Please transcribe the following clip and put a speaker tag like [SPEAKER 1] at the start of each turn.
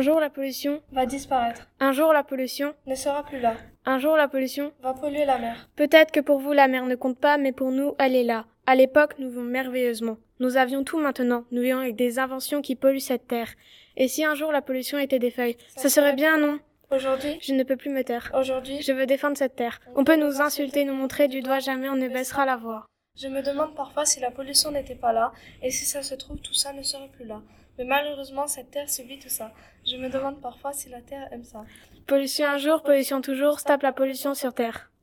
[SPEAKER 1] jour la pollution,
[SPEAKER 2] va disparaître,
[SPEAKER 1] un jour la pollution,
[SPEAKER 2] ne sera plus là,
[SPEAKER 1] un jour la pollution.
[SPEAKER 2] va polluer la mer.
[SPEAKER 1] Peut-être que pour vous la mer ne compte pas, mais pour nous, elle est là. À l'époque, nous vivons merveilleusement. Nous avions tout maintenant, nous vivons avec des inventions qui polluent cette terre. Et si un jour la pollution était des feuilles,
[SPEAKER 2] Ça
[SPEAKER 1] ça serait bien, non
[SPEAKER 2] Aujourd'hui,
[SPEAKER 1] Je ne peux plus me taire.
[SPEAKER 2] aujourd'hui,
[SPEAKER 1] Je veux défendre cette terre. On peut nous insulter, nous montrer du doigt, jamais on ne baissera la voix.
[SPEAKER 2] je me demande parfois si la pollution n'était pas là, et si ça se trouve, tout ça ne serait plus là. Mais malheureusement, cette terre subit tout ça. Je me demande parfois si la terre aime ça.
[SPEAKER 1] Pollution un jour, pollution toujours, tape la pollution sur terre.